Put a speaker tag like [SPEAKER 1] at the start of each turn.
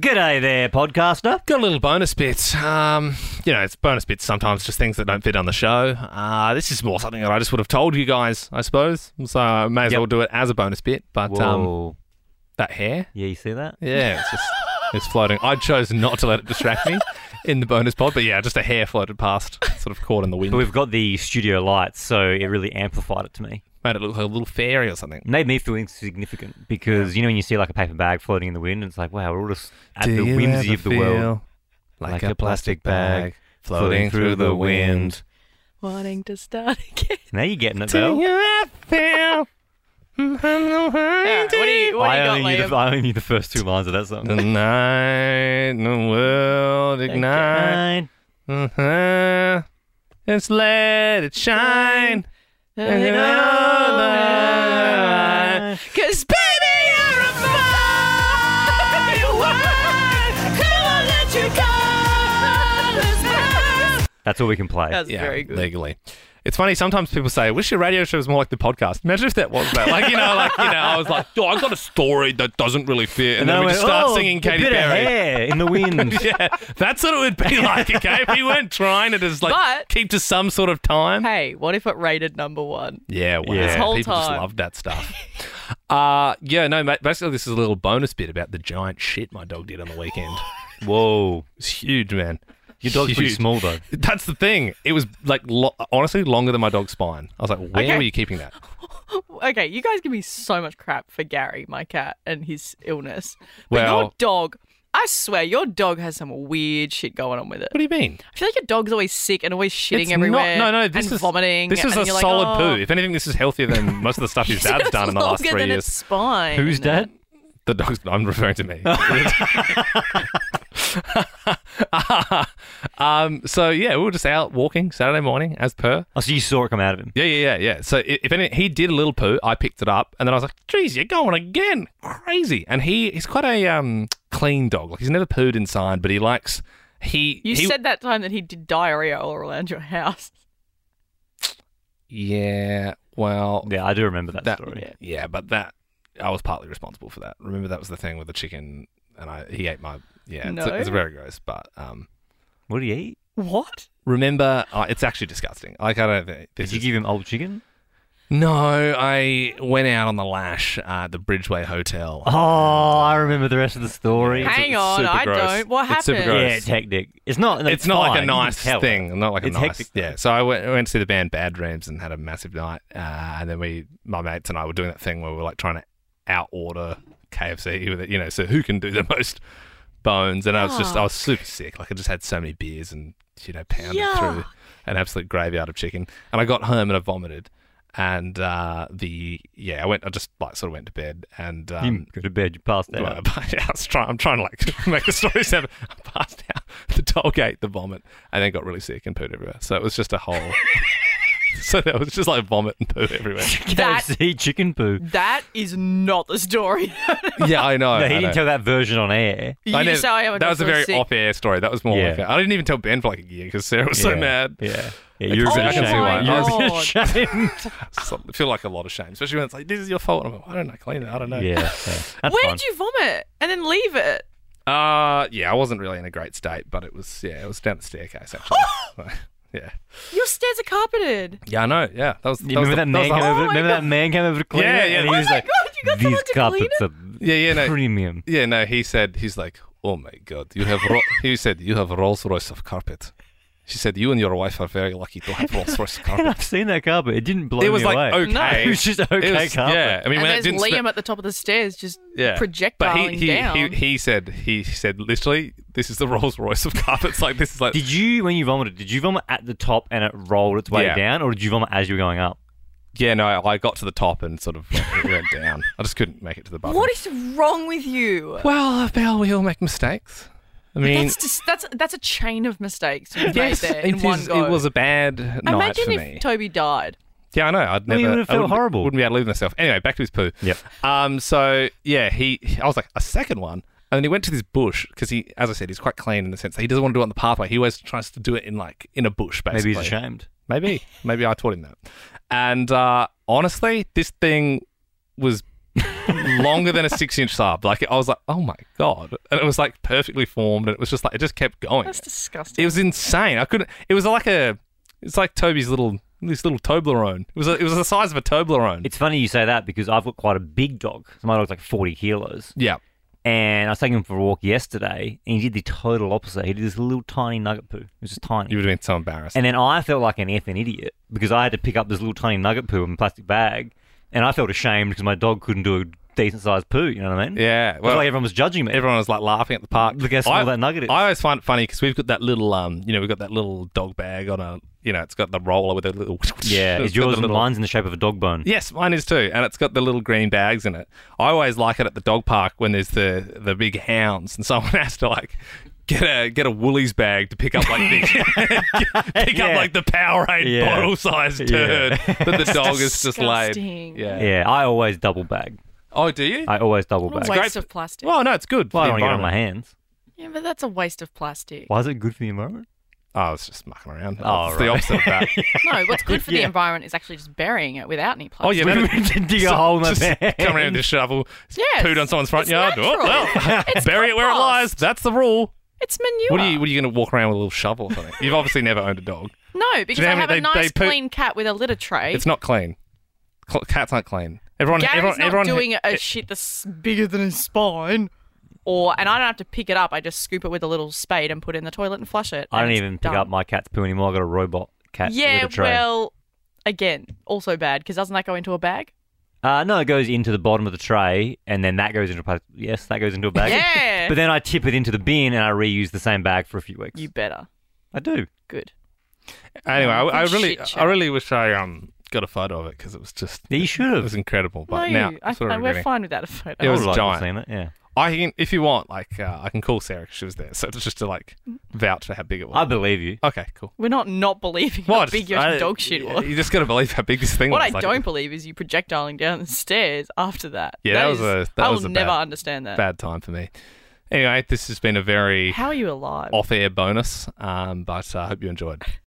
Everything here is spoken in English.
[SPEAKER 1] G'day there, podcaster.
[SPEAKER 2] Got a little bonus bit. Um, you know, it's bonus bits sometimes, just things that don't fit on the show. Uh, this is more something that I just would have told you guys, I suppose. So I may as
[SPEAKER 1] Yep.
[SPEAKER 2] well do it as a bonus bit. But um,
[SPEAKER 1] Whoa.
[SPEAKER 2] that hair,
[SPEAKER 1] yeah, you see that?
[SPEAKER 2] yeah, it's just it's floating. I chose not to let it distract me in the bonus pod, but yeah, just a hair floated past, sort of caught in the wind,
[SPEAKER 1] But we've got the studio lights, so it really amplified it to me.
[SPEAKER 2] made it look like a little fairy or something.
[SPEAKER 1] It made me feel insignificant because you know when you see like a paper bag floating in the wind, it's like wow, we're all just at
[SPEAKER 2] Do
[SPEAKER 1] the
[SPEAKER 2] you
[SPEAKER 1] whimsy
[SPEAKER 2] ever
[SPEAKER 1] of the world.
[SPEAKER 2] feel like a plastic bag floating through the wind?
[SPEAKER 3] wanting to start again.
[SPEAKER 1] Now you're getting it,
[SPEAKER 2] Do
[SPEAKER 1] though.
[SPEAKER 2] you ever feel?
[SPEAKER 3] Alright, what do you, what do you
[SPEAKER 1] I
[SPEAKER 3] got,
[SPEAKER 1] only, knew
[SPEAKER 3] Liam?
[SPEAKER 1] the, I only knew the first two lines of that song.
[SPEAKER 2] The night in the world ignite.
[SPEAKER 1] Nine.
[SPEAKER 2] Uh-huh. Let's let it shine.
[SPEAKER 3] It all matters. Cause baby, you're a firework. Come on, let your colors burn.
[SPEAKER 1] That's all we can play.
[SPEAKER 3] That's very good.
[SPEAKER 2] legally. It's funny, sometimes people say, wish your radio show was more like the podcast. Imagine if that was that. Like, you know, like, you know, I was like, oh, I've got a story that doesn't really fit. And, then
[SPEAKER 1] I
[SPEAKER 2] we
[SPEAKER 1] went,
[SPEAKER 2] just start
[SPEAKER 1] "Oh,
[SPEAKER 2] singing
[SPEAKER 1] a
[SPEAKER 2] Katy
[SPEAKER 1] bit of
[SPEAKER 2] Perry.
[SPEAKER 1] hair in the wind.
[SPEAKER 2] Yeah, that's what it would be like, okay? If we weren't trying to just like
[SPEAKER 3] But-
[SPEAKER 2] keep to some sort of time.
[SPEAKER 3] Hey, what if it rated number one?
[SPEAKER 2] Yeah, wow.
[SPEAKER 1] This
[SPEAKER 3] whole
[SPEAKER 2] People just
[SPEAKER 3] time.
[SPEAKER 2] loved that stuff. uh, yeah, no, mate, basically this is a little bonus bit about the giant shit my dog did on the weekend.
[SPEAKER 1] Whoa,
[SPEAKER 2] It's huge, man.
[SPEAKER 1] your dog's pretty
[SPEAKER 2] Huge.
[SPEAKER 1] small though.
[SPEAKER 2] That's the thing. It was like lo- honestly longer than my dog's spine. I was like, where
[SPEAKER 3] Okay.
[SPEAKER 2] were you keeping that?
[SPEAKER 3] Okay, you guys give me so much crap for Gary, my cat, and his illness. But your
[SPEAKER 2] Well-
[SPEAKER 3] dog, I swear, your dog has some weird shit going on with it.
[SPEAKER 2] What do you mean?
[SPEAKER 3] I feel like your dog's always sick and always shitting
[SPEAKER 2] It's
[SPEAKER 3] everywhere.
[SPEAKER 2] Not, no, no. This
[SPEAKER 3] and
[SPEAKER 2] is
[SPEAKER 3] vomiting.
[SPEAKER 2] This is
[SPEAKER 3] and
[SPEAKER 2] a
[SPEAKER 3] you're like,
[SPEAKER 2] solid
[SPEAKER 3] "Oh."
[SPEAKER 2] poo. If anything, this is healthier than most of the stuff his dad's
[SPEAKER 3] It's
[SPEAKER 2] done in the last
[SPEAKER 3] longer
[SPEAKER 2] three
[SPEAKER 3] than
[SPEAKER 2] years.
[SPEAKER 3] Its spine.
[SPEAKER 1] Who's dad?
[SPEAKER 2] The dog's. I'm referring to me. um, so yeah, we were just out walking Saturday morning, as per.
[SPEAKER 1] Oh, so you saw it come out of him.
[SPEAKER 2] Yeah, yeah, yeah, yeah. So i- if any, he did a little poo, I picked it up, and then I was like, "Geez, you're going again, crazy!" And he he's quite a um clean dog. Like he's never pooed inside, but he likes he.
[SPEAKER 3] You
[SPEAKER 2] he-
[SPEAKER 3] said that time that he did diarrhea all around your house.
[SPEAKER 2] yeah. Well,
[SPEAKER 1] Yeah, I do remember that,
[SPEAKER 2] that
[SPEAKER 1] story.
[SPEAKER 2] yeah. but that I was partly responsible for that. Remember that was the thing with the chicken, and I he ate my yeah. It's,
[SPEAKER 3] No.
[SPEAKER 2] it's where it goes, but um.
[SPEAKER 1] What do you eat?
[SPEAKER 3] What?
[SPEAKER 2] Remember, uh, it's actually disgusting. Like I don't think
[SPEAKER 1] Did
[SPEAKER 2] this
[SPEAKER 1] you
[SPEAKER 2] is-
[SPEAKER 1] give him old chicken?
[SPEAKER 2] No, I went out on the lash uh, at the Bridgeway Hotel.
[SPEAKER 1] Oh, I remember the rest of the story.
[SPEAKER 2] It's-
[SPEAKER 3] Hang
[SPEAKER 2] it's
[SPEAKER 3] on,
[SPEAKER 2] super
[SPEAKER 3] I
[SPEAKER 2] gross.
[SPEAKER 3] don't. What
[SPEAKER 2] It's super
[SPEAKER 3] happened?
[SPEAKER 2] gross.
[SPEAKER 1] Yeah, it's hectic. It's not.
[SPEAKER 2] it's, not like a
[SPEAKER 1] fine. You can
[SPEAKER 2] nice
[SPEAKER 1] tell.
[SPEAKER 2] thing. Not like a
[SPEAKER 1] It's
[SPEAKER 2] nice.
[SPEAKER 1] hectic, though.
[SPEAKER 2] yeah. So I went, I went to see the band Bad Dreams and had a massive night. Uh, and then we, my mates and I, were doing that thing where we were like trying to out order KFC with it. You know, so who can do the most bones? And I was just, I was super sick. Like I just had so many beers and you know pounded through an absolute graveyard of chicken. And I got home and I vomited. And uh, the yeah, I went. I just like sort of went to bed and um,
[SPEAKER 1] You go to bed. You passed
[SPEAKER 2] well,
[SPEAKER 1] out.
[SPEAKER 2] but yeah, I was trying, I'm trying to like make the story sound. I passed out the toll gate, the vomit, and then got really sick and pooed everywhere. So it was just a whole. so that was just like vomit and poo everywhere.
[SPEAKER 3] That
[SPEAKER 1] KFC chicken poo.
[SPEAKER 3] that is not the story.
[SPEAKER 2] yeah, I know.
[SPEAKER 1] No,
[SPEAKER 2] I
[SPEAKER 1] he
[SPEAKER 2] know.
[SPEAKER 1] didn't tell that version on air.
[SPEAKER 3] you
[SPEAKER 2] I
[SPEAKER 3] just say
[SPEAKER 2] never-
[SPEAKER 3] I am
[SPEAKER 2] that was a very
[SPEAKER 3] sick.
[SPEAKER 2] off-air story. That was more like
[SPEAKER 1] Yeah.
[SPEAKER 2] I I didn't even tell Ben for like a year because Sarah was so
[SPEAKER 1] Yeah.
[SPEAKER 2] mad.
[SPEAKER 1] Yeah. Yeah,
[SPEAKER 2] I
[SPEAKER 1] you're a
[SPEAKER 2] can
[SPEAKER 1] bit
[SPEAKER 2] see why.
[SPEAKER 1] ashamed. You're a bit
[SPEAKER 3] Oh my
[SPEAKER 1] ashamed.
[SPEAKER 2] So I feel like a lot of shame, especially when it's like this is your fault. And I'm like, why don't I clean it? I don't know.
[SPEAKER 1] yeah. yeah. That's
[SPEAKER 3] Where
[SPEAKER 1] fine.
[SPEAKER 3] did you vomit and then leave it?
[SPEAKER 2] Uh, yeah, I wasn't really in a great state, but it was yeah, it was down the staircase actually. So, yeah.
[SPEAKER 3] Your stairs are carpeted.
[SPEAKER 2] Yeah, I know. Yeah, that was.
[SPEAKER 1] You remember that,
[SPEAKER 2] was the-
[SPEAKER 1] man
[SPEAKER 2] was
[SPEAKER 1] came
[SPEAKER 2] the-
[SPEAKER 1] over?
[SPEAKER 3] Oh my
[SPEAKER 1] remember that man came over to clean
[SPEAKER 2] Yeah,
[SPEAKER 1] it?
[SPEAKER 2] yeah.
[SPEAKER 1] And he
[SPEAKER 2] Oh
[SPEAKER 1] was
[SPEAKER 3] my
[SPEAKER 1] like,
[SPEAKER 3] God, you got
[SPEAKER 1] these
[SPEAKER 3] someone to clean
[SPEAKER 1] carpets are
[SPEAKER 2] Yeah, yeah, no.
[SPEAKER 1] premium.
[SPEAKER 2] Yeah, no, he said, he's like, oh my God, you have, Ro-, he said, you have Rolls Royce of carpet. She said, you and your wife are very lucky to have Rolls Royce of carpet.
[SPEAKER 1] I've seen that carpet. It didn't blow
[SPEAKER 2] it was
[SPEAKER 1] me
[SPEAKER 2] like,
[SPEAKER 1] away.
[SPEAKER 2] okay.
[SPEAKER 3] No.
[SPEAKER 1] It was just okay
[SPEAKER 2] It was-
[SPEAKER 1] carpet.
[SPEAKER 2] Yeah, I mean, when
[SPEAKER 3] and
[SPEAKER 2] it
[SPEAKER 3] there's
[SPEAKER 2] didn't
[SPEAKER 3] Liam
[SPEAKER 2] smell-
[SPEAKER 3] at the top of the stairs just
[SPEAKER 2] yeah. But
[SPEAKER 3] projectiling
[SPEAKER 2] he, he,
[SPEAKER 3] down.
[SPEAKER 2] He, he said, he said, literally, this is the Rolls Royce of carpets. Like, this is like,
[SPEAKER 1] Did you, when you vomited, did you vomit at the top and it rolled its way
[SPEAKER 2] Yeah.
[SPEAKER 1] down, or did you vomit as you were going up?
[SPEAKER 2] yeah, no, I got to the top and sort of it went down. I just couldn't make it to the bottom.
[SPEAKER 3] what is wrong with you?
[SPEAKER 2] well, Belle, we all make mistakes. I mean,
[SPEAKER 3] that's just that's that's a chain of mistakes you've
[SPEAKER 2] yes,
[SPEAKER 3] made there
[SPEAKER 2] it
[SPEAKER 3] in one
[SPEAKER 2] is-
[SPEAKER 3] go.
[SPEAKER 2] it was a bad night
[SPEAKER 3] Imagine
[SPEAKER 2] for
[SPEAKER 3] if
[SPEAKER 2] me.
[SPEAKER 3] Toby died.
[SPEAKER 2] Yeah, I know.
[SPEAKER 1] Well,
[SPEAKER 2] I'd never.
[SPEAKER 1] you would've
[SPEAKER 2] I
[SPEAKER 1] felt
[SPEAKER 2] wouldn't-
[SPEAKER 1] horrible.
[SPEAKER 2] Wouldn't be able to live myself. Anyway, back to his poo.
[SPEAKER 1] Yep.
[SPEAKER 2] Um. So yeah, he. I was like a second one, and then he went to this bush because he, as I said, he's quite clean in the sense that he doesn't want to do it on the pathway. He always tries to do it in like in a bush,
[SPEAKER 1] Maybe
[SPEAKER 2] basically.
[SPEAKER 1] he's ashamed.
[SPEAKER 2] Maybe. Maybe I taught him that. And uh, honestly, this thing was longer than a six inch sub. Like I was like, oh my god, and it was like perfectly formed, and it was just like it just kept going.
[SPEAKER 3] That's disgusting.
[SPEAKER 2] It was insane. I couldn't. It was like a. It's like Toby's little this little Toblerone. It was a, it was the size of a Toblerone.
[SPEAKER 1] It's funny you say that because I've got quite a big dog. So my dog's like 40 kilos.
[SPEAKER 2] yeah.
[SPEAKER 1] And I was taking him for a walk yesterday, and he did the total opposite. He did this little tiny nugget poo. It was just tiny.
[SPEAKER 2] You would have been so embarrassed.
[SPEAKER 1] And then I felt like an effing idiot because I had to pick up this little tiny nugget poo in a plastic bag, and I felt ashamed because my dog couldn't do a decent sized poo. You know what I mean?
[SPEAKER 2] yeah.
[SPEAKER 1] Well,
[SPEAKER 2] Well,
[SPEAKER 1] like everyone was judging me.
[SPEAKER 2] everyone was like laughing at the park.
[SPEAKER 1] Look how small
[SPEAKER 2] I,
[SPEAKER 1] that nugget is.
[SPEAKER 2] I always find it funny because we've got that little um, you know, we've got that little dog bag on a, you know, it's got the roller with a little.
[SPEAKER 1] yeah, is
[SPEAKER 2] it's got the
[SPEAKER 1] yours and
[SPEAKER 2] little-
[SPEAKER 1] mine's in the shape of a dog bone?
[SPEAKER 2] Yes, mine is too, and it's got the little green bags in it. I always like it at the dog park when there's the the big hounds, and someone has to like get a get a Woolies bag to pick up like the pick
[SPEAKER 1] Yeah.
[SPEAKER 2] up like the Powerade
[SPEAKER 1] Yeah.
[SPEAKER 2] bottle sized turd that the dog has just laid.
[SPEAKER 3] disgusting.
[SPEAKER 2] Yeah.
[SPEAKER 1] Yeah, I always double bag.
[SPEAKER 2] Oh, do you?
[SPEAKER 1] I always double
[SPEAKER 3] What
[SPEAKER 1] bag.
[SPEAKER 3] a
[SPEAKER 1] Well,
[SPEAKER 3] waste of plastic.
[SPEAKER 2] well, no, it's good. for
[SPEAKER 1] I
[SPEAKER 2] the
[SPEAKER 1] don't want to get it on my
[SPEAKER 2] environment.
[SPEAKER 1] hands.
[SPEAKER 3] yeah, but that's a waste of plastic.
[SPEAKER 1] Why is it good for the environment?
[SPEAKER 2] Oh, it's just mucking around.
[SPEAKER 1] Oh,
[SPEAKER 2] it's the
[SPEAKER 1] right.
[SPEAKER 2] opposite of that.
[SPEAKER 3] No, what's good for the
[SPEAKER 1] Yeah.
[SPEAKER 3] environment is actually just burying it without any
[SPEAKER 2] Oh, yeah,
[SPEAKER 3] plastic.
[SPEAKER 2] no, no,
[SPEAKER 1] dig a hole in my
[SPEAKER 2] just
[SPEAKER 1] pants.
[SPEAKER 2] come around with a shovel,
[SPEAKER 3] Yes,
[SPEAKER 2] pooed on someone's front
[SPEAKER 3] it's
[SPEAKER 2] yard. Oh,
[SPEAKER 3] natural.
[SPEAKER 2] well,
[SPEAKER 3] It's
[SPEAKER 2] bury it where it
[SPEAKER 3] compost.
[SPEAKER 2] lies. That's the rule.
[SPEAKER 3] It's manure.
[SPEAKER 2] What are you? What are you going to walk around with a little shovel or something? You've obviously never owned a dog.
[SPEAKER 3] No, because
[SPEAKER 2] know
[SPEAKER 3] I
[SPEAKER 2] how
[SPEAKER 3] have
[SPEAKER 2] many-
[SPEAKER 3] a
[SPEAKER 2] they- they
[SPEAKER 3] nice
[SPEAKER 2] put-
[SPEAKER 3] clean cat with a litter tray.
[SPEAKER 2] It's not clean. Cl- Cats aren't clean. Everyone,
[SPEAKER 3] Gary's
[SPEAKER 2] everyone,
[SPEAKER 3] not
[SPEAKER 2] everyone
[SPEAKER 3] doing a shit that's bigger than his spine. Or and I don't have to pick it up. I just scoop it with a little spade and put it in the toilet and flush it.
[SPEAKER 1] I don't
[SPEAKER 3] and it's
[SPEAKER 1] even pick
[SPEAKER 3] done.
[SPEAKER 1] up my cat's poo anymore. I got a robot cat
[SPEAKER 3] Yeah,
[SPEAKER 1] litter tray.
[SPEAKER 3] well, again, also bad because doesn't that go into a bag?
[SPEAKER 1] Uh, no, it goes into the bottom of the tray, and then that goes into a plastic. Yes, that goes into a bag.
[SPEAKER 3] Yeah.
[SPEAKER 1] But then I tip it into the bin, and I reuse the same bag for a few weeks.
[SPEAKER 3] You better.
[SPEAKER 1] I do.
[SPEAKER 3] Good.
[SPEAKER 2] Anyway, I, I
[SPEAKER 3] Good
[SPEAKER 2] really,
[SPEAKER 3] shit show.
[SPEAKER 2] I really wish I um got a photo of it because it was just,
[SPEAKER 1] Yeah, you should
[SPEAKER 2] it was
[SPEAKER 1] have.
[SPEAKER 2] incredible. But
[SPEAKER 3] no,
[SPEAKER 2] now,
[SPEAKER 3] I,
[SPEAKER 2] sort of
[SPEAKER 3] I-
[SPEAKER 2] regretting.
[SPEAKER 3] we're fine without a photo.
[SPEAKER 2] It was
[SPEAKER 1] I would've liked to have
[SPEAKER 2] giant.
[SPEAKER 1] seen it, yeah.
[SPEAKER 2] I can, if you want, like, uh, I can call Sarah 'cause she was there, so it's just to like vouch for how big it
[SPEAKER 1] I
[SPEAKER 2] was.
[SPEAKER 1] believe you.
[SPEAKER 2] okay, cool.
[SPEAKER 3] We're not not believing how
[SPEAKER 2] What
[SPEAKER 3] big your dog shit was.
[SPEAKER 2] You just gotta believe how big this thing
[SPEAKER 3] What I
[SPEAKER 2] was. like,
[SPEAKER 3] don't believe is you projectiling down the stairs after that.
[SPEAKER 2] Yeah, that was
[SPEAKER 3] is-
[SPEAKER 2] a- that
[SPEAKER 3] I will
[SPEAKER 2] was a
[SPEAKER 3] never
[SPEAKER 2] bad-
[SPEAKER 3] understand that.
[SPEAKER 2] Bad time for me. Anyway, this has been a very
[SPEAKER 3] How are you alive?
[SPEAKER 2] off-air bonus, um, but I hope you enjoyed.